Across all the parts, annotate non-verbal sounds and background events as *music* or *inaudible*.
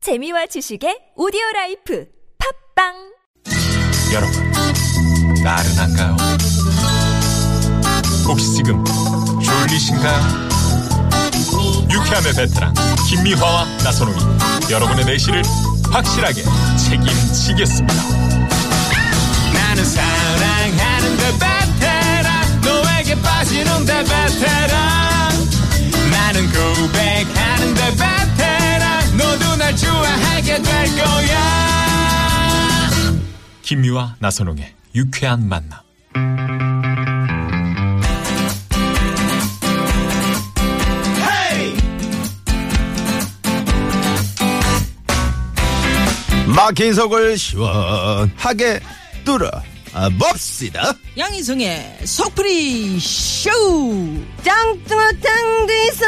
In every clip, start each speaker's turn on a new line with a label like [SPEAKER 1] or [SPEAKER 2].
[SPEAKER 1] 재미와 지식의 오디오 라이프 팝빵
[SPEAKER 2] 여러분, 나른한가요? 혹시 지금 졸리신가요? 유쾌함의 베테랑 김미화와 나선홍이 여러분의 내실을 확실하게 책임지겠습니다.
[SPEAKER 3] 나는 사랑하는데 베테랑 너에게 빠지는데 베테랑 나는 고백하는데 베테랑 너도 날 좋아하게 될 거야
[SPEAKER 2] 김미화 나선홍의 유쾌한 만남.
[SPEAKER 4] 막힌 속을 시원하게 뚫어 봅시다.
[SPEAKER 5] 양희성의 속풀이 쇼! *laughs*
[SPEAKER 6] 짱뚱어탕 뒤서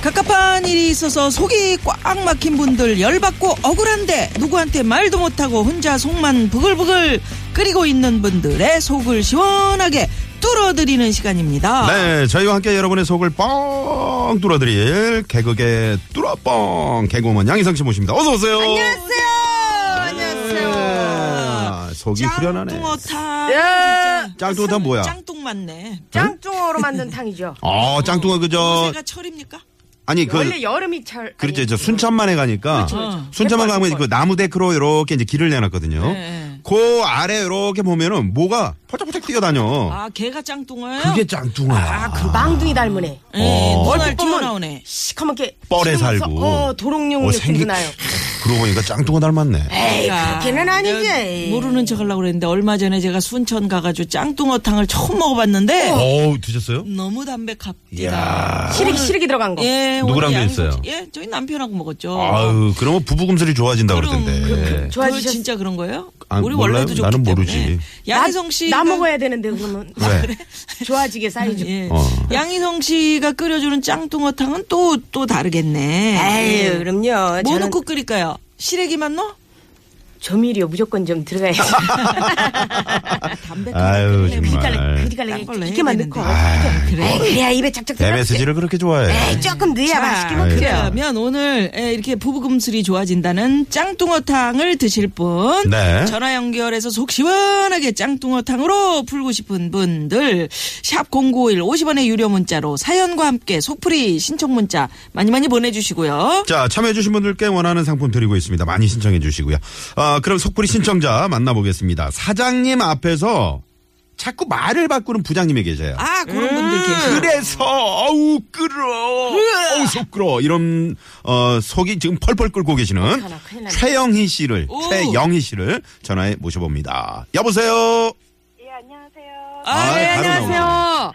[SPEAKER 5] 갑갑한 일이 있어서 속이 꽉 막힌 분들 열받고 억울한데 누구한테 말도 못하고 혼자 속만 부글부글 끓이고 있는 분들의 속을 시원하게 뚫어드리는 시간입니다.
[SPEAKER 6] 아.
[SPEAKER 4] 네, 저희와 함께 여러분의 속을 뻥 뚫어드릴 개그의 뚫어뻥 개그우먼 양희성 씨 모십니다. 어서 오세요.
[SPEAKER 6] 안녕하세요 안녕하세요 예.
[SPEAKER 4] 아, 속이 후련하네.
[SPEAKER 5] 짱뚱어탕.
[SPEAKER 6] 야!
[SPEAKER 5] 진짜.
[SPEAKER 4] 짱뚱어탕 뭐야?
[SPEAKER 5] 짱뚱 맞네.
[SPEAKER 6] 짱뚱어로 만든 탕이죠
[SPEAKER 4] 어, 짱뚱아 그저
[SPEAKER 5] 요새가 철입니까?
[SPEAKER 4] 아니 그
[SPEAKER 6] 원래 여름이 철
[SPEAKER 4] 그렇죠. 저 순천만에 가니까 순천만
[SPEAKER 6] 백발,
[SPEAKER 4] 가면 그 나무 데크로 이렇게 이제 길을 내놨거든요.
[SPEAKER 5] 네.
[SPEAKER 4] 그 아래 이렇게 보면은 뭐가 퍼짝퍼짝 뛰어다녀.
[SPEAKER 5] 아, 걔가 짱뚱어요?
[SPEAKER 4] 그게 짱뚱아.
[SPEAKER 6] 아, 그 망둥이 닮으네
[SPEAKER 5] 예,
[SPEAKER 4] 어.
[SPEAKER 5] 눈알
[SPEAKER 6] 얼핏 보면
[SPEAKER 5] 튀어나오네.
[SPEAKER 6] 시커멓게
[SPEAKER 4] 뻘에
[SPEAKER 6] 씹으면서,
[SPEAKER 4] 살고.
[SPEAKER 6] 어 도롱뇽
[SPEAKER 4] 어,
[SPEAKER 6] 느낌도
[SPEAKER 4] 생기-
[SPEAKER 6] 나요
[SPEAKER 4] 그러고 보니까 짱뚱아 닮았네.
[SPEAKER 6] 에이
[SPEAKER 5] 야,
[SPEAKER 6] 그렇게는 아니지
[SPEAKER 5] 내가 모르는 척 하려고 그랬는데 얼마 전에 제가 순천 가가지고 짱뚱어탕을 처음 먹어봤는데
[SPEAKER 4] 어우 드셨어요?
[SPEAKER 5] 너무 담백합니다.
[SPEAKER 4] 이야.
[SPEAKER 6] 시래기 시래기 들어간 거
[SPEAKER 5] 예,
[SPEAKER 4] 누구랑
[SPEAKER 5] 오늘
[SPEAKER 4] 드셨어요?
[SPEAKER 5] 양꼬치- 예, 저희 남편하고
[SPEAKER 6] 어.
[SPEAKER 5] 먹었죠.
[SPEAKER 4] 아유, 그러면 부부금슬이 좋아진다
[SPEAKER 5] 그럼,
[SPEAKER 4] 그러던데.
[SPEAKER 5] 그거
[SPEAKER 6] 좋아지셨어
[SPEAKER 5] 진짜 그런 거예요?
[SPEAKER 4] 아,
[SPEAKER 5] 우리
[SPEAKER 4] 몰라요?
[SPEAKER 5] 원래도 좋기
[SPEAKER 4] 나는
[SPEAKER 5] 때문에.
[SPEAKER 4] 모르지.
[SPEAKER 5] 양희성 씨가
[SPEAKER 6] 나 먹어야 되는데 아, 그러면
[SPEAKER 4] 왜?
[SPEAKER 6] *laughs* 좋아지게 사이즈
[SPEAKER 5] 예.
[SPEAKER 4] 어.
[SPEAKER 5] 양희성 씨가 끓여주는 짱뚱어탕은 또 또 다르겠네.
[SPEAKER 6] 에이 그럼요
[SPEAKER 5] 뭐
[SPEAKER 6] 저는
[SPEAKER 5] 넣고 끓일까요? 시래기만 넣어?
[SPEAKER 6] 조미료 무조건
[SPEAKER 4] *laughs*
[SPEAKER 6] 좀 들어가야지
[SPEAKER 5] 담백한
[SPEAKER 4] 아, 아유,
[SPEAKER 6] 그리갈래
[SPEAKER 4] 정말.
[SPEAKER 6] 그리갈래
[SPEAKER 5] 딴 걸로
[SPEAKER 6] 이렇게만
[SPEAKER 5] 해야
[SPEAKER 6] 넣고
[SPEAKER 4] 네. 아, 네.
[SPEAKER 6] 에이, 그래야 입에 착착 들어가지
[SPEAKER 4] MSG를 그렇게 좋아해.
[SPEAKER 6] 에이, 조금 넣어야 맛있게
[SPEAKER 4] 아유.
[SPEAKER 6] 먹혀요.
[SPEAKER 5] 그러면 오늘 예, 이렇게 부부금슬이 좋아진다는 짱뚱어탕을 드실 분
[SPEAKER 4] 네.
[SPEAKER 5] 전화 연결해서 속 시원하게 짱뚱어탕으로 풀고 싶은 분들 샵 0951 50원의 유료 문자로 사연과 함께 속풀이 신청 문자 많이 많이 보내주시고요.
[SPEAKER 4] 자, 참여해주신 분들께 원하는 상품 드리고 있습니다. 많이 신청해주시고요. 아, 그럼 속풀이 신청자 만나보겠습니다. 사장님 앞에서 자꾸 말을 바꾸는 부장님이 계세요.
[SPEAKER 5] 아 그런
[SPEAKER 6] 음.
[SPEAKER 5] 분들 계세요.
[SPEAKER 4] 그래서, 어우, 끓어. 어우, 속 끓어. 이런, 어, 속이 지금 펄펄 끓고 계시는
[SPEAKER 6] 어떡하나, 큰일 났네.
[SPEAKER 4] 최영희 씨를,
[SPEAKER 5] 오.
[SPEAKER 4] 최영희 씨를 전화해 모셔봅니다. 여보세요?
[SPEAKER 7] 예, 안녕하세요.
[SPEAKER 5] 아, 네,
[SPEAKER 4] 바로
[SPEAKER 5] 안녕하세요.
[SPEAKER 4] 나오네.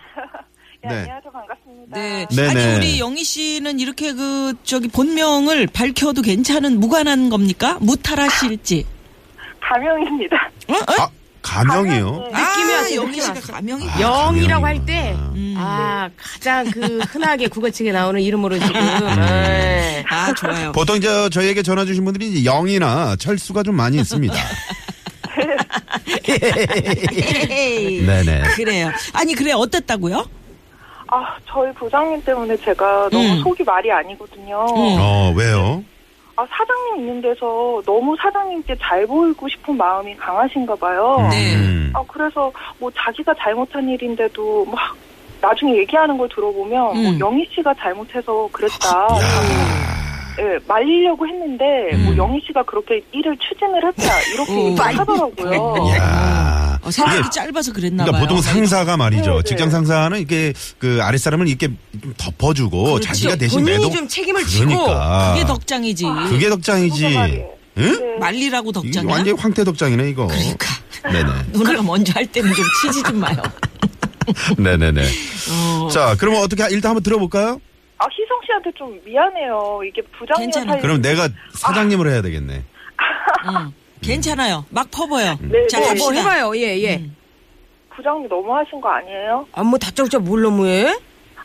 [SPEAKER 7] 예,
[SPEAKER 4] 네.
[SPEAKER 7] 안녕하세요. 반갑습니다.
[SPEAKER 5] 네.
[SPEAKER 4] 네,
[SPEAKER 5] 아니
[SPEAKER 4] 네.
[SPEAKER 5] 우리 영희 씨는 이렇게 그 저기 본명을 밝혀도 괜찮은 무관한 겁니까? 무탈하실지.
[SPEAKER 7] 가명입니다.
[SPEAKER 5] 어? 어?
[SPEAKER 4] 아, 가명이요?
[SPEAKER 6] 느낌이
[SPEAKER 5] 아,
[SPEAKER 6] 왔어요,
[SPEAKER 5] 영희
[SPEAKER 6] 네, 느낌이
[SPEAKER 5] 씨가
[SPEAKER 6] 왔어요.
[SPEAKER 5] 가명이
[SPEAKER 4] 아, 음.
[SPEAKER 6] 영이라고 할
[SPEAKER 4] 가명이구나.
[SPEAKER 6] 때, 아, 가장 그 흔하게 국어책에 나오는 이름으로 지금.
[SPEAKER 4] 음.
[SPEAKER 6] 예.
[SPEAKER 5] 아 좋아요.
[SPEAKER 4] 보통 저 저희에게 전화 주신 분들이 이제 영이나 철수가 좀 많이 있습니다.
[SPEAKER 7] *laughs*
[SPEAKER 4] 네네.
[SPEAKER 5] 그래요. 아니 그래 어땠다고요?
[SPEAKER 7] 아, 저희 부장님 때문에 제가
[SPEAKER 5] 음.
[SPEAKER 7] 너무 속이 말이 아니거든요.
[SPEAKER 5] 음.
[SPEAKER 4] 어 왜요?
[SPEAKER 7] 아, 사장님 있는 데서 너무 사장님께 잘 보이고 싶은 마음이 강하신가 봐요.
[SPEAKER 5] 네.
[SPEAKER 4] 음.
[SPEAKER 7] 아, 그래서 뭐 자기가 잘못한 일인데도 막 나중에 얘기하는 걸 들어보면
[SPEAKER 5] 음.
[SPEAKER 7] 뭐 영희 씨가 잘못해서 그랬다.
[SPEAKER 4] 야.
[SPEAKER 7] 예, 말리려고 했는데
[SPEAKER 4] 음.
[SPEAKER 7] 뭐 영희 씨가 그렇게 일을 추진을 했다. 이렇게
[SPEAKER 5] 오. *laughs*
[SPEAKER 7] 얘기를
[SPEAKER 5] 네.
[SPEAKER 7] 하더라고요.
[SPEAKER 4] 야.
[SPEAKER 5] 어, 생각이 짧아서 그랬나
[SPEAKER 4] 그러니까
[SPEAKER 5] 봐요.
[SPEAKER 4] 보통 상사가 말이죠.
[SPEAKER 7] 네, 네.
[SPEAKER 4] 직장 상사는 이렇게 그 아랫사람을 이렇게 좀 덮어주고 자기가 대신
[SPEAKER 6] 본인이
[SPEAKER 4] 매도
[SPEAKER 6] 좀 책임을
[SPEAKER 4] 그러니까.
[SPEAKER 5] 그게 덕장이지.
[SPEAKER 4] 그게 덕장이지.
[SPEAKER 7] 그게 말이에요.
[SPEAKER 4] 응?
[SPEAKER 5] 말리라고
[SPEAKER 4] 이게
[SPEAKER 5] 덕장이야.
[SPEAKER 4] 완전 히 황태 덕장이네 이거.
[SPEAKER 5] 그러니까
[SPEAKER 4] 네네.
[SPEAKER 5] 누나가 먼저 할 때는 좀 치지 좀 마요.
[SPEAKER 4] *laughs* 네네네.
[SPEAKER 5] 어.
[SPEAKER 4] 자, 그러면 어떻게 일단 한번 들어볼까요?
[SPEAKER 7] 아 희성 씨한테 좀 미안해요. 이게 부장님
[SPEAKER 5] 괜찮아.
[SPEAKER 7] 살
[SPEAKER 4] 그럼 내가 사장님을 해야 되겠네.
[SPEAKER 5] 응. 괜찮아요. 막 퍼봐요.
[SPEAKER 7] 네,
[SPEAKER 5] 자
[SPEAKER 7] 네.
[SPEAKER 6] 뭐
[SPEAKER 5] 갑시다.
[SPEAKER 6] 해봐요, 예, 예.
[SPEAKER 7] 부장님 너무 하신 거 아니에요?
[SPEAKER 6] 아, 뭐 다짜고짜 뭘로 뭐해?
[SPEAKER 7] 아,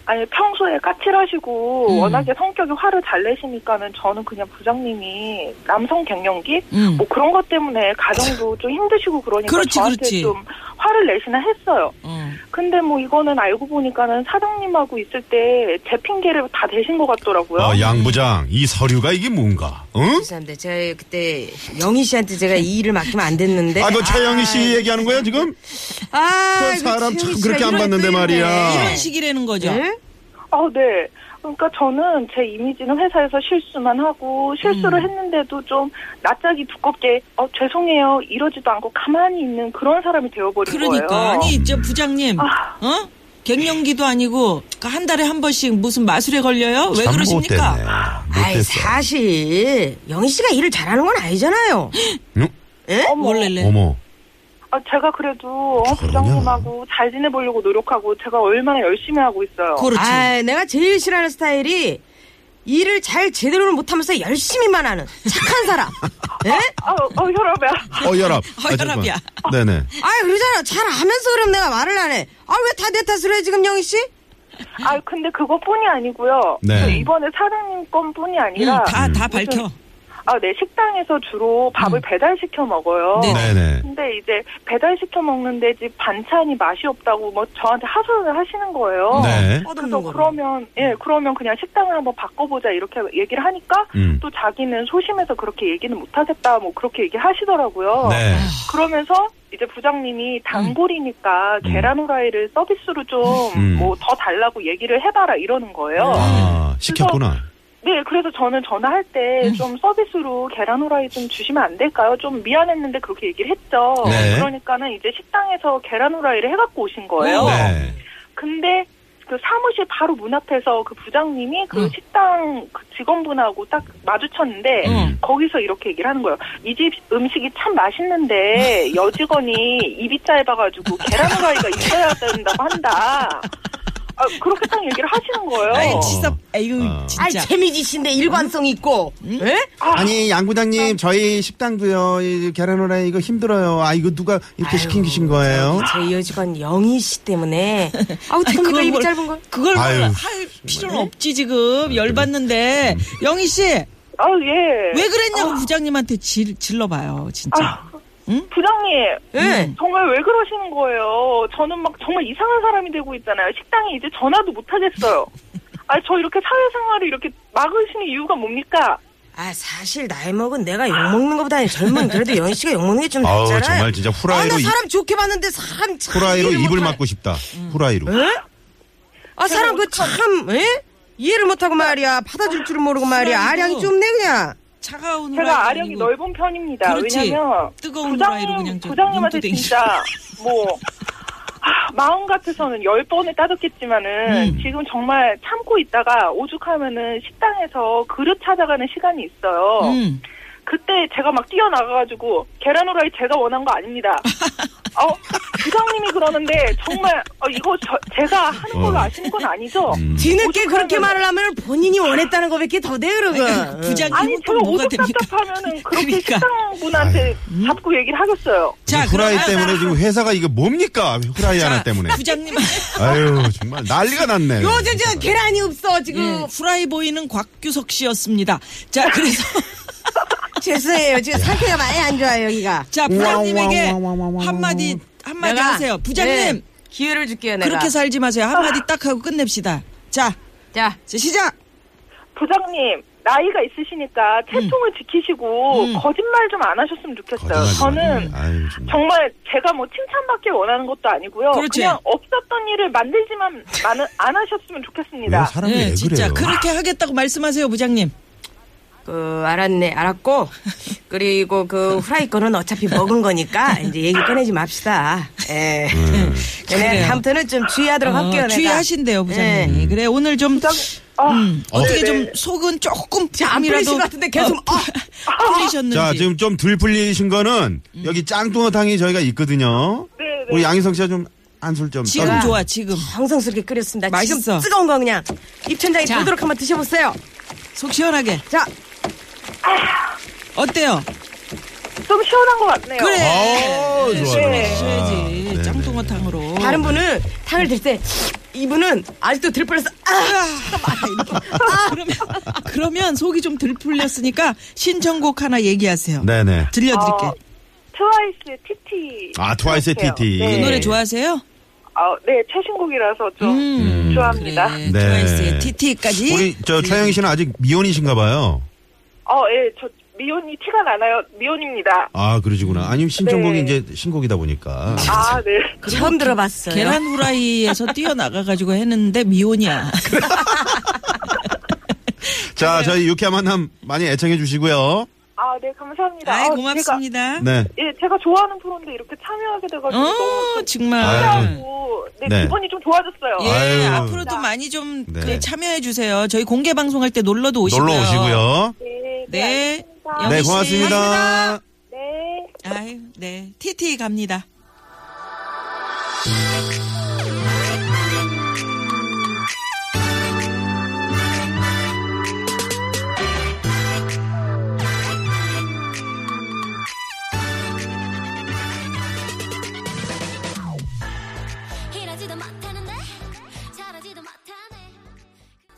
[SPEAKER 7] 아니 평소에 까칠하시고
[SPEAKER 5] 음.
[SPEAKER 7] 워낙에 성격이 화를 잘 내시니까는 저는 그냥 부장님이 남성 갱년기
[SPEAKER 5] 음.
[SPEAKER 7] 뭐 그런 것 때문에 가정도 좀 힘드시고 그러니까
[SPEAKER 5] 그렇지,
[SPEAKER 7] 저한테
[SPEAKER 5] 그렇지.
[SPEAKER 7] 좀 화를 내시나 했어요.
[SPEAKER 5] 어.
[SPEAKER 7] 근데 뭐 이거는 알고 보니까는 사장님하고 있을 때 제 핑계를 다 대신 것 같더라고요.
[SPEAKER 5] 아, 예,
[SPEAKER 4] 어, 양 부장 이 서류가 이게 뭔가? 응?
[SPEAKER 6] 죄송합니다. 제가 그때 영희 씨한테 제가 이 일을 맡기면 안 됐는데.
[SPEAKER 4] 아그 최영희 씨 얘기하는 거야 지금?
[SPEAKER 6] 아,
[SPEAKER 4] 그
[SPEAKER 6] 이거
[SPEAKER 4] 사람
[SPEAKER 6] 최영희
[SPEAKER 4] 참
[SPEAKER 6] 씨가
[SPEAKER 4] 그렇게 안
[SPEAKER 6] 이런
[SPEAKER 4] 봤는데
[SPEAKER 6] 또 이러네.
[SPEAKER 4] 말이야.
[SPEAKER 5] 이런 식이라는 거죠.
[SPEAKER 6] 네?
[SPEAKER 7] 아, 네. 그러니까 저는 제 이미지는 회사에서 실수만 하고 실수를
[SPEAKER 5] 음.
[SPEAKER 7] 했는데도 좀 낯짝이 두껍게 어 죄송해요 이러지도 않고 가만히 있는 그런 사람이 되어버린
[SPEAKER 5] 그러니까
[SPEAKER 7] 거예요.
[SPEAKER 5] 아니 저 부장님 어 갱년기도 아니고 그한 달에 한 번씩 무슨 마술에 걸려요? 왜
[SPEAKER 4] 참
[SPEAKER 5] 그러십니까?
[SPEAKER 4] 못됐네.
[SPEAKER 6] 아이,
[SPEAKER 4] 못됐어.
[SPEAKER 6] 사실 영희 씨가 일을 잘하는 건 아니잖아요. 예?
[SPEAKER 4] 응?
[SPEAKER 7] 어머,
[SPEAKER 5] 몰래래.
[SPEAKER 4] 어머.
[SPEAKER 7] 아, 제가 그래도 어,
[SPEAKER 4] 저러냐.
[SPEAKER 7] 부장님하고 잘 지내보려고 노력하고 제가 얼마나 열심히 하고 있어요.
[SPEAKER 5] 그렇지.
[SPEAKER 6] 아, 내가 제일 싫어하는 스타일이 일을 잘 제대로는 못하면서 열심히만 하는
[SPEAKER 4] *laughs*
[SPEAKER 6] 착한 사람. 예?
[SPEAKER 7] 아,
[SPEAKER 5] *laughs*
[SPEAKER 7] 어, 혈압이야.
[SPEAKER 4] 어 열압. 아,
[SPEAKER 5] 열압이야.
[SPEAKER 4] 잠깐만. 네네.
[SPEAKER 6] 아, 그러잖아. 잘 하면서 그럼 내가 말을 안 해. 아, 왜 다 내 탓을 해 지금 영희 씨?
[SPEAKER 7] 아, 근데 그것뿐이 아니고요.
[SPEAKER 4] 네.
[SPEAKER 7] 저 이번에 사장님 건뿐이 아니라
[SPEAKER 5] 음, 다다 밝혀.
[SPEAKER 7] 아, 네, 식당에서 주로 밥을 배달시켜 먹어요.
[SPEAKER 5] 음. 네.
[SPEAKER 4] 네네.
[SPEAKER 7] 근데 이제 배달시켜 먹는데 집 반찬이 맛이 없다고 뭐 저한테 하소연을 하시는 거예요.
[SPEAKER 4] 네.
[SPEAKER 7] 그래서 그러면 예 그러면 그냥 식당을 한번 바꿔보자 이렇게 얘기를 하니까
[SPEAKER 4] 음.
[SPEAKER 7] 또 자기는 소심해서 그렇게 얘기는 못하겠다 뭐 그렇게 얘기하시더라고요.
[SPEAKER 4] 네.
[SPEAKER 7] 그러면서 이제 부장님이 단골이니까 계란 후라이를 서비스로 좀 뭐
[SPEAKER 4] 음.
[SPEAKER 7] 더 달라고 얘기를 해봐라 이러는 거예요.
[SPEAKER 4] 아 시켰구나.
[SPEAKER 7] 네, 그래서 저는 전화할 때
[SPEAKER 5] 음.
[SPEAKER 7] 좀 서비스로 계란 후라이 좀 주시면 안 될까요? 좀 미안했는데 그렇게 얘기를 했죠.
[SPEAKER 4] 네.
[SPEAKER 7] 그러니까는 이제 식당에서 계란 후라이를 해갖고 오신 거예요.
[SPEAKER 4] 네.
[SPEAKER 7] 근데 그 사무실 바로 문 앞에서 그 부장님이 그
[SPEAKER 5] 응.
[SPEAKER 7] 식당 그 직원분하고 딱 마주쳤는데
[SPEAKER 5] 응.
[SPEAKER 7] 거기서 이렇게 얘기를 하는 거예요. 이 집 음식이 참
[SPEAKER 5] *laughs*
[SPEAKER 7] 맛있는데 여직원이 입이 짧아가지고 계란 후라이가 있어야 된다고 한다. 아, 그렇게 딱 얘기를 하시는 거예요.
[SPEAKER 5] 아이 진짜 이거
[SPEAKER 4] 어.
[SPEAKER 6] 아이,
[SPEAKER 5] 진짜.
[SPEAKER 6] 재미지신데 일관성 있고. 예?
[SPEAKER 4] 아니 양 부장님 저희 식당도요 계란후라이 이거 힘들어요. 아 이거 누가 이렇게 시킨 기신 거예요?
[SPEAKER 6] 제 여직원 영희 씨 때문에. *laughs* 아우,
[SPEAKER 5] 아이,
[SPEAKER 6] 됩니까? 어, 입이
[SPEAKER 5] 뭘-
[SPEAKER 6] 짧은 걸?
[SPEAKER 5] 그걸 뭘
[SPEAKER 4] 아유.
[SPEAKER 5] 할 필요는 없지 지금 열받는데 영희 씨 왜
[SPEAKER 7] 아 예.
[SPEAKER 6] 아.
[SPEAKER 5] 그랬냐고 부장님한테 질 질러봐요 진짜.
[SPEAKER 7] 부장님,
[SPEAKER 6] 예.
[SPEAKER 7] 정말 왜 그러시는 거예요? 저는 막 정말 이상한 사람이 되고 있잖아요. 식당에 이제 전화도 못
[SPEAKER 5] *laughs*
[SPEAKER 7] 하겠어요. 아, 저 이렇게 사회생활을 이렇게 막으시는 이유가 뭡니까?
[SPEAKER 6] 아, 사실 나이 먹은 내가 욕먹는 것보다는 젊은 그래도 영희 씨가 욕먹는 게 좀
[SPEAKER 4] 아우,
[SPEAKER 6] 낫잖아요.
[SPEAKER 4] 정말 진짜 후라이로
[SPEAKER 6] 아, 나
[SPEAKER 4] 입-
[SPEAKER 6] 사람 좋게 봤는데 사람 참
[SPEAKER 4] 후라이로
[SPEAKER 6] 그 이해를
[SPEAKER 4] 입을
[SPEAKER 6] 못하- 예?
[SPEAKER 4] 막고 싶다. 후라이로.
[SPEAKER 6] 아, 사람 그 참 예? 이해를 못하고 말이야. 받아줄 줄은 모르고 말이야.
[SPEAKER 5] 후라이고.
[SPEAKER 6] 아량이 좁네 그냥.
[SPEAKER 5] 차가운 후라이도
[SPEAKER 7] 제가 아령이
[SPEAKER 5] 아니고.
[SPEAKER 7] 넓은 편입니다.
[SPEAKER 5] 그렇지.
[SPEAKER 7] 왜냐면
[SPEAKER 5] 뜨거운 후라이로
[SPEAKER 7] 부장님,
[SPEAKER 5] 그냥 저
[SPEAKER 7] 부장님한테
[SPEAKER 5] 눈두덩이. *laughs*
[SPEAKER 7] 진짜 뭐 아, 마음 같아서는 열 번을
[SPEAKER 5] 음.
[SPEAKER 7] 따졌겠지만은 지금 정말 참고 있다가 오죽하면은 식당에서 그릇 찾아가는 시간이 있어요.
[SPEAKER 5] 음.
[SPEAKER 7] 그때 제가 막 뛰어나가가지고 계란 후라이 제가 원한 거
[SPEAKER 5] *laughs*
[SPEAKER 7] 아닙니다. 어 부장님이 그러는데 정말 어, 이거 저, 제가 하는 걸로
[SPEAKER 4] 어.
[SPEAKER 7] 아시는 건 아니죠?
[SPEAKER 6] 뒤늦게 그렇게
[SPEAKER 7] 오죽하면-
[SPEAKER 6] 말을 하면 본인이 원했다는 것밖에 더 돼요,
[SPEAKER 5] 아니,
[SPEAKER 6] 그러고.
[SPEAKER 5] 그 부장님
[SPEAKER 7] 아니
[SPEAKER 5] 은
[SPEAKER 7] 제가
[SPEAKER 5] 또 뭐가
[SPEAKER 7] 오죽
[SPEAKER 5] 됩니까? *laughs*
[SPEAKER 7] 답답하면은 그렇게
[SPEAKER 5] 그러니까. 음?
[SPEAKER 7] 식당분한테 잡고 얘기를 하겠어요.
[SPEAKER 5] 자,
[SPEAKER 4] 후라이
[SPEAKER 5] 그럼-
[SPEAKER 4] 때문에 지금 회사가 이게 뭡니까? 후라이 하나 때문에.
[SPEAKER 5] 부장님
[SPEAKER 4] 아유 정말 난리가 났네.
[SPEAKER 6] 요즘 저 계란이 없어 지금.
[SPEAKER 5] 예, 후라이 보이는 곽규석 씨였습니다. 자, 그래서 *laughs*
[SPEAKER 6] 죄송해요. 지금 상태가 많이 안 좋아요, 여기가.
[SPEAKER 5] 자 부장님에게 한마디 한마디
[SPEAKER 6] 내가-
[SPEAKER 5] 하세요. 부장님
[SPEAKER 6] 네, 기회를 줄게요, 내가.
[SPEAKER 5] 그렇게 살지 마세요. 한마디 딱 하고 끝냅시다. 자,
[SPEAKER 6] 자,
[SPEAKER 5] 이제 시작.
[SPEAKER 7] 부장님 나이가 있으시니까
[SPEAKER 5] 음.
[SPEAKER 7] 채통을 지키시고 거짓말 좀 안 하셨으면 좋겠어요.
[SPEAKER 4] 거짓말 좀
[SPEAKER 7] 저는
[SPEAKER 4] 하지 마. 음, 아유, 정말.
[SPEAKER 7] 정말 제가 뭐 칭찬받길 원하는 것도 아니고요.
[SPEAKER 5] 그렇지.
[SPEAKER 7] 그냥 없었던 일을 만들지만 많은- 안 하셨으면 좋겠습니다.
[SPEAKER 4] 왜 네, 사람이
[SPEAKER 5] 예,
[SPEAKER 4] 왜
[SPEAKER 5] 진짜
[SPEAKER 4] 그래요?
[SPEAKER 5] 그렇게 하겠다고 말씀하세요, 부장님.
[SPEAKER 6] 그 알았네, 알았고 그리고 그 후라이 거는 어차피 먹은 거니까 이제 얘기 꺼내지 맙시다. 예. 그냥
[SPEAKER 5] 그래요.
[SPEAKER 6] 다음부터는 좀 주의하도록 할게요.
[SPEAKER 5] 어,
[SPEAKER 6] 내가. 예.
[SPEAKER 5] 주의하신대요,
[SPEAKER 6] 네.
[SPEAKER 5] 부장님이. 그래 오늘 좀 음,
[SPEAKER 7] 아,
[SPEAKER 5] 어떻게
[SPEAKER 7] 네.
[SPEAKER 5] 좀 속은 조금
[SPEAKER 6] 안 풀리신 것 같은데 계속
[SPEAKER 5] 어, 풀리셨는지. 음.
[SPEAKER 4] 자 지금 좀 덜 풀리신 거는 여기 짱뚱어탕이 저희가 있거든요.
[SPEAKER 7] 네, 네.
[SPEAKER 4] 우리 양희성 씨가 좀 안술 좀.
[SPEAKER 5] 지금
[SPEAKER 4] 떠주세요.
[SPEAKER 5] 좋아, 지금
[SPEAKER 6] 정성스럽게 끓였습니다.
[SPEAKER 5] 맛있어.
[SPEAKER 6] 지금 뜨거운 거 그냥 입천장에
[SPEAKER 5] 자.
[SPEAKER 6] 돌도록 한번 드셔보세요.
[SPEAKER 5] 속 시원하게.
[SPEAKER 6] 자,
[SPEAKER 5] 어때요?
[SPEAKER 7] 좀 시원한 것 같네요.
[SPEAKER 5] 그래. 네,
[SPEAKER 4] 어, 좋아, 좋아.
[SPEAKER 5] 줘야지 짱뚱어탕으로.
[SPEAKER 6] 다른 분은 탕을 들 때 이분은 아직도 들 뻔해서 아
[SPEAKER 5] 아, 그러면, 그러면 속이 좀 덜 풀렸으니까 신청곡 하나 얘기하세요.
[SPEAKER 4] 네네.
[SPEAKER 5] 들려드릴게요.
[SPEAKER 7] 어, 트와이스의 TT.
[SPEAKER 4] 아, 트와이스의
[SPEAKER 7] 생각해요.
[SPEAKER 4] TT.
[SPEAKER 7] 네.
[SPEAKER 5] 이
[SPEAKER 4] 그
[SPEAKER 5] 노래 좋아하세요?
[SPEAKER 7] 아, 네, 최신곡이라서 좀
[SPEAKER 5] 음,
[SPEAKER 7] 좋아합니다.
[SPEAKER 5] 그래.
[SPEAKER 4] 네.
[SPEAKER 5] 트와이스의 TT까지.
[SPEAKER 4] 우리 저 최영희 씨는 아직 미혼이신가 봐요.
[SPEAKER 7] 어, 예, 저 미혼이 티가 나나요? 미혼입니다.
[SPEAKER 4] 아 그러시구나. 아니면 신청곡이
[SPEAKER 7] 네.
[SPEAKER 4] 이제 신곡이다 보니까.
[SPEAKER 7] 아, 네.
[SPEAKER 6] 처음 들어봤어요.
[SPEAKER 5] 그 계란 후라이에서 뛰어나가가지고 했는데 미혼이야.
[SPEAKER 4] 자 저희 유쾌한 만남 많이 애청해 주시고요.
[SPEAKER 7] 아, 네, 감사합니다.
[SPEAKER 5] 아이,
[SPEAKER 4] 어,
[SPEAKER 7] 아,
[SPEAKER 5] 고맙습니다.
[SPEAKER 4] 네.
[SPEAKER 7] 제가, 예, 제가 좋아하는 프로인데 이렇게 참여하게 돼가지고 너무
[SPEAKER 5] 어,
[SPEAKER 7] 좀
[SPEAKER 5] 정말.
[SPEAKER 4] 아유.
[SPEAKER 7] 신기하고, 네,
[SPEAKER 4] 네.
[SPEAKER 7] 기분이 좀 좋아졌어요.
[SPEAKER 5] 예,
[SPEAKER 4] 아유.
[SPEAKER 5] 앞으로도 많이 좀그
[SPEAKER 4] 네.
[SPEAKER 5] 참여해 주세요. 저희 공개 방송할 때 놀러도 오시고요.
[SPEAKER 4] 놀러 오시고요.
[SPEAKER 7] 네, 네.
[SPEAKER 5] 네.
[SPEAKER 7] 알겠습니다.
[SPEAKER 5] 영희
[SPEAKER 4] 네
[SPEAKER 5] 씨.
[SPEAKER 4] 고맙습니다.
[SPEAKER 7] 네.
[SPEAKER 5] 아유, 네. TT 갑니다.
[SPEAKER 8] 일하지도 못하는데 잘하지도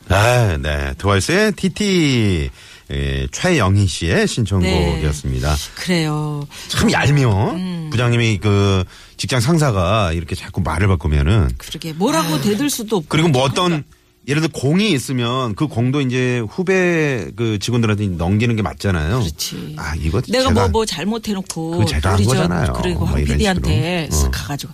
[SPEAKER 8] 못하네
[SPEAKER 4] 아, 네. 트와이스의 TT 예, 최영희 씨의 신청곡이었습니다.
[SPEAKER 5] 네. 그래요.
[SPEAKER 4] 참 얄미워.
[SPEAKER 5] 음.
[SPEAKER 4] 부장님이 그 직장 상사가 이렇게 자꾸 말을 바꾸면은
[SPEAKER 5] 그러게 뭐라고 대들 수도 없고.
[SPEAKER 4] 그리고 뭐 어떤 예를 들어 공이 있으면 그 공도 이제 후배 그 직원들한테 넘기는 게 맞잖아요.
[SPEAKER 5] 그렇지.
[SPEAKER 4] 아, 이거
[SPEAKER 5] 내가
[SPEAKER 4] 제가
[SPEAKER 5] 뭐 뭐 잘못해놓고
[SPEAKER 4] 그거 제가 한
[SPEAKER 5] 우리 저-
[SPEAKER 4] 거잖아요.
[SPEAKER 5] 그리고
[SPEAKER 4] 뭐
[SPEAKER 5] 황
[SPEAKER 4] 이런
[SPEAKER 5] PD한테
[SPEAKER 4] 식으로.
[SPEAKER 5] 쓱
[SPEAKER 4] 어.
[SPEAKER 5] 가가지고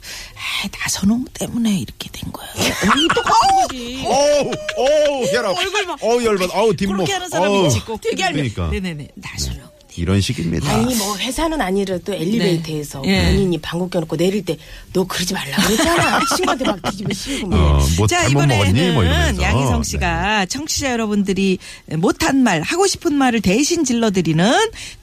[SPEAKER 5] 에이 나선홍 때문에 이렇게 된 거야. 이똑같 거지.
[SPEAKER 4] 어우, 어우, 혈압. 어우, 열받. 어우, 뒷목.
[SPEAKER 5] 그렇게 하는 사람이
[SPEAKER 4] 어우,
[SPEAKER 5] 있고 되게 알면
[SPEAKER 4] 그러니까.
[SPEAKER 5] 네네네 나선홍.
[SPEAKER 4] 이런 식입니다.
[SPEAKER 6] 아니 뭐 회사는 아니라도 엘리베이터에서
[SPEAKER 5] 네. 예.
[SPEAKER 6] 본인이 방구 껴놓고 내릴 때 너 그러지 말라고
[SPEAKER 5] *laughs*
[SPEAKER 6] 그랬잖아. 친구한테 막 뒤집어 씌우고 막.
[SPEAKER 4] 어, 뭐
[SPEAKER 5] 자,
[SPEAKER 4] 잘못 먹었니? 뭐
[SPEAKER 5] 이번에는
[SPEAKER 4] 이러면서. 네.
[SPEAKER 5] 양희성 씨가 청취자 여러분들이 못한 말, 하고 싶은 말을 대신 질러드리는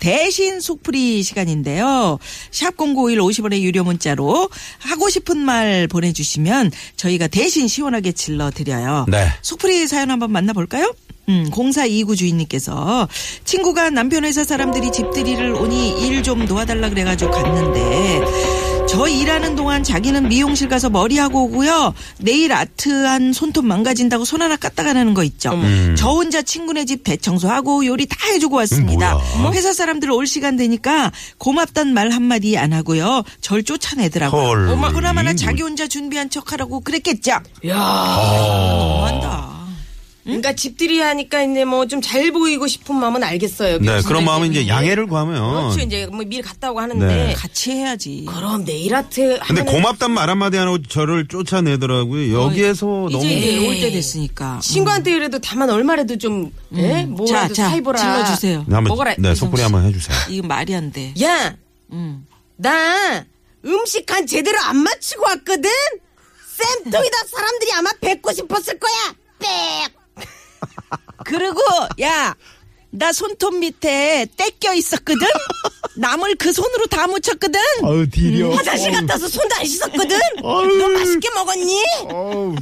[SPEAKER 5] 대신 속풀이 시간인데요. 샵0951 50원의 유료 문자로 하고 싶은 말 보내주시면 저희가 대신 시원하게 질러드려요.
[SPEAKER 4] 네.
[SPEAKER 5] 속풀이 사연 한번 만나볼까요? 음, 0429 주인님께서 친구가 남편 회사 사람들이 집들이를 오니 일 좀 도와달라 그래가지고 갔는데 저 일하는 동안 자기는 미용실 가서 머리하고 오고요. 내일 아트한 손톱 망가진다고 손 하나 까딱하는 거 있죠.
[SPEAKER 4] 음.
[SPEAKER 5] 저 혼자 친구네 집 대청소하고 요리 다 해주고 왔습니다.
[SPEAKER 4] 음, 뭐야.
[SPEAKER 5] 회사 사람들 올 시간 되니까 고맙단 말 한마디 안 하고요. 절 쫓아내더라고요.
[SPEAKER 4] 헐.
[SPEAKER 5] 어머, 그나마나 자기 혼자 준비한 척하라고 그랬겠죠. 너무한다.
[SPEAKER 6] 그러니까 집들이 하니까 이제 뭐 좀 잘 보이고 싶은 마음은 알겠어요.
[SPEAKER 4] 네, 그런
[SPEAKER 6] 근데
[SPEAKER 4] 마음은 이제 양해를 구하면.
[SPEAKER 6] 그렇죠. 이제 뭐 미리 갔다 오고 하는데
[SPEAKER 4] 네.
[SPEAKER 5] 같이 해야지.
[SPEAKER 6] 그럼 내일 아트
[SPEAKER 4] 근데
[SPEAKER 6] 하면은 어,
[SPEAKER 4] 고맙단 말 한마디 안 하고 저를 쫓아내더라고요. 여기에서 너무.
[SPEAKER 5] 이제
[SPEAKER 6] 네.
[SPEAKER 5] 올 때 됐으니까. 음.
[SPEAKER 6] 친구한테 그래도 다만 얼마라도 좀 예?
[SPEAKER 5] 자,
[SPEAKER 6] 뭐라도
[SPEAKER 5] 자,
[SPEAKER 6] 사이보라
[SPEAKER 5] 질러주세요.
[SPEAKER 4] 네, 한번,
[SPEAKER 6] 먹어라.
[SPEAKER 4] 네, 속풀이 한번 해주세요.
[SPEAKER 5] 이거 말이 안 돼.
[SPEAKER 6] 야, 나 음식 간 제대로 안 맞추고 왔거든. 쌤통이다 사람들이 아마 뵙고 싶었을 거야.
[SPEAKER 5] *laughs* 그리고 야, 나 손톱 밑에 떼껴
[SPEAKER 6] *laughs*
[SPEAKER 5] 있었거든. 남을 그 손으로 다 묻혔거든.
[SPEAKER 4] 아유, 디려.
[SPEAKER 6] 화장실 갔다 와서 손도 안 *laughs* 씻었거든. 너 맛있게 먹었니?
[SPEAKER 4] 어우.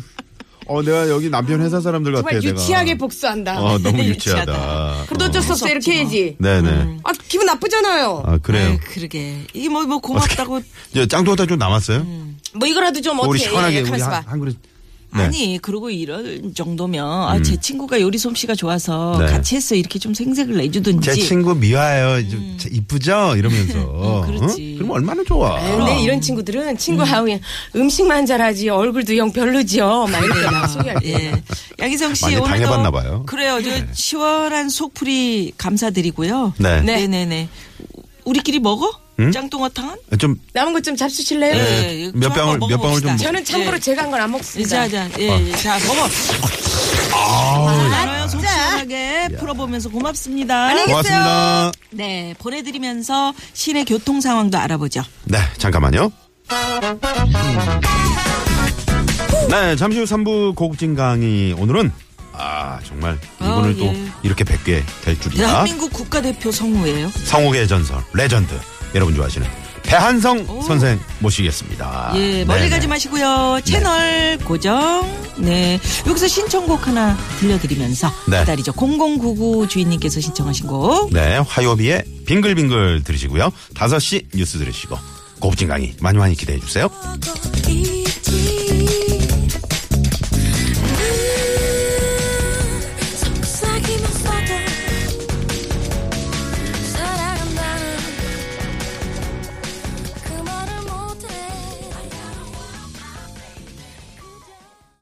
[SPEAKER 4] 어, 내가 여기 남편 회사 사람들 같아.
[SPEAKER 6] 음. 정말
[SPEAKER 4] 내가.
[SPEAKER 6] 유치하게 복수한다.
[SPEAKER 4] 어,
[SPEAKER 6] *laughs*
[SPEAKER 4] 너무
[SPEAKER 5] 유치하다.
[SPEAKER 4] 유치하다.
[SPEAKER 6] 그래도 어쩔 수 없어 이렇게 해야지.
[SPEAKER 4] 네네.
[SPEAKER 6] 아 기분 나쁘잖아요.
[SPEAKER 4] 아, 그래요.
[SPEAKER 5] 아유, 그러게. 이게 뭐, 뭐 고맙다고.
[SPEAKER 4] 이제 짱도하다 좀 남았어요?
[SPEAKER 6] 뭐 이거라도 좀
[SPEAKER 4] 우리
[SPEAKER 6] 어떻게 음.
[SPEAKER 4] 시원하게, 우리
[SPEAKER 6] 가만히
[SPEAKER 4] 한,
[SPEAKER 6] 봐.
[SPEAKER 4] 한 그릇. 네. 음.
[SPEAKER 5] 아니, 그리고 이럴 정도면, 아, 제 친구가 요리 솜씨가 좋아서
[SPEAKER 4] 네.
[SPEAKER 5] 같이 했어. 이렇게 좀 생색을 내주든지.
[SPEAKER 4] 제 친구 미화예요.
[SPEAKER 6] 음.
[SPEAKER 4] 좀 이쁘죠? 이러면서.
[SPEAKER 5] 그렇지.
[SPEAKER 4] 응? 그러면 얼마나 좋아.
[SPEAKER 6] 아, 근데 이런 친구들은 친구 하우에 음식만 잘하지 얼굴도 영 별로지요. 막 이렇게 막 소개할 때.
[SPEAKER 5] 예. 양희성 씨
[SPEAKER 4] 많이
[SPEAKER 5] 오늘도
[SPEAKER 4] 당해봤나 봐요.
[SPEAKER 5] 그래요. 저 시원한 속풀이 감사드리고요.
[SPEAKER 4] 네.
[SPEAKER 5] 네,
[SPEAKER 6] 네.
[SPEAKER 5] 네, 네. 우리끼리 먹어? 짱뚱어탕은?
[SPEAKER 4] 좀,
[SPEAKER 6] 남은 것 좀 잡수실래요?
[SPEAKER 5] 예,
[SPEAKER 4] 네. 몇 방울,
[SPEAKER 5] 좋아하는 거
[SPEAKER 4] 몇 방울 좀
[SPEAKER 5] 먹어봅시다.
[SPEAKER 4] 먹-
[SPEAKER 6] 저는 참고로 제가 한 건 안
[SPEAKER 5] 자,
[SPEAKER 6] 먹습니다.
[SPEAKER 5] 자, 예, 예, 자, 먹어. 알아요. 속 시원하게 풀어보면서 고맙습니다.
[SPEAKER 4] 고맙습니다.
[SPEAKER 5] 네, 보내드리면서 시내 교통 상황도 알아보죠.
[SPEAKER 4] 네, 잠깐만요. 네, 잠시 후 3부 고급진 강의. 오늘은, 아, 정말, 이분을
[SPEAKER 5] 어,
[SPEAKER 4] 또
[SPEAKER 5] 예.
[SPEAKER 4] 이렇게 뵙게 될 줄이야.
[SPEAKER 5] 대한민국 국가대표 성우예요.
[SPEAKER 4] 성옥의 전설, 레전드. 여러분 좋아하시는 배한성 선생 모시겠습니다.
[SPEAKER 5] 예, 멀리
[SPEAKER 4] 네네.
[SPEAKER 5] 가지 마시고요. 채널 고정. 네, 여기서 신청곡 하나 들려드리면서
[SPEAKER 4] 네.
[SPEAKER 5] 기다리죠. 0099 주인님께서 신청하신 곡.
[SPEAKER 4] 네, 화요비에 빙글빙글 들으시고요. 5시 뉴스 들으시고, 고급진 강의 많이 많이 기대해 주세요.
[SPEAKER 8] 보고 이
[SPEAKER 2] 음, 그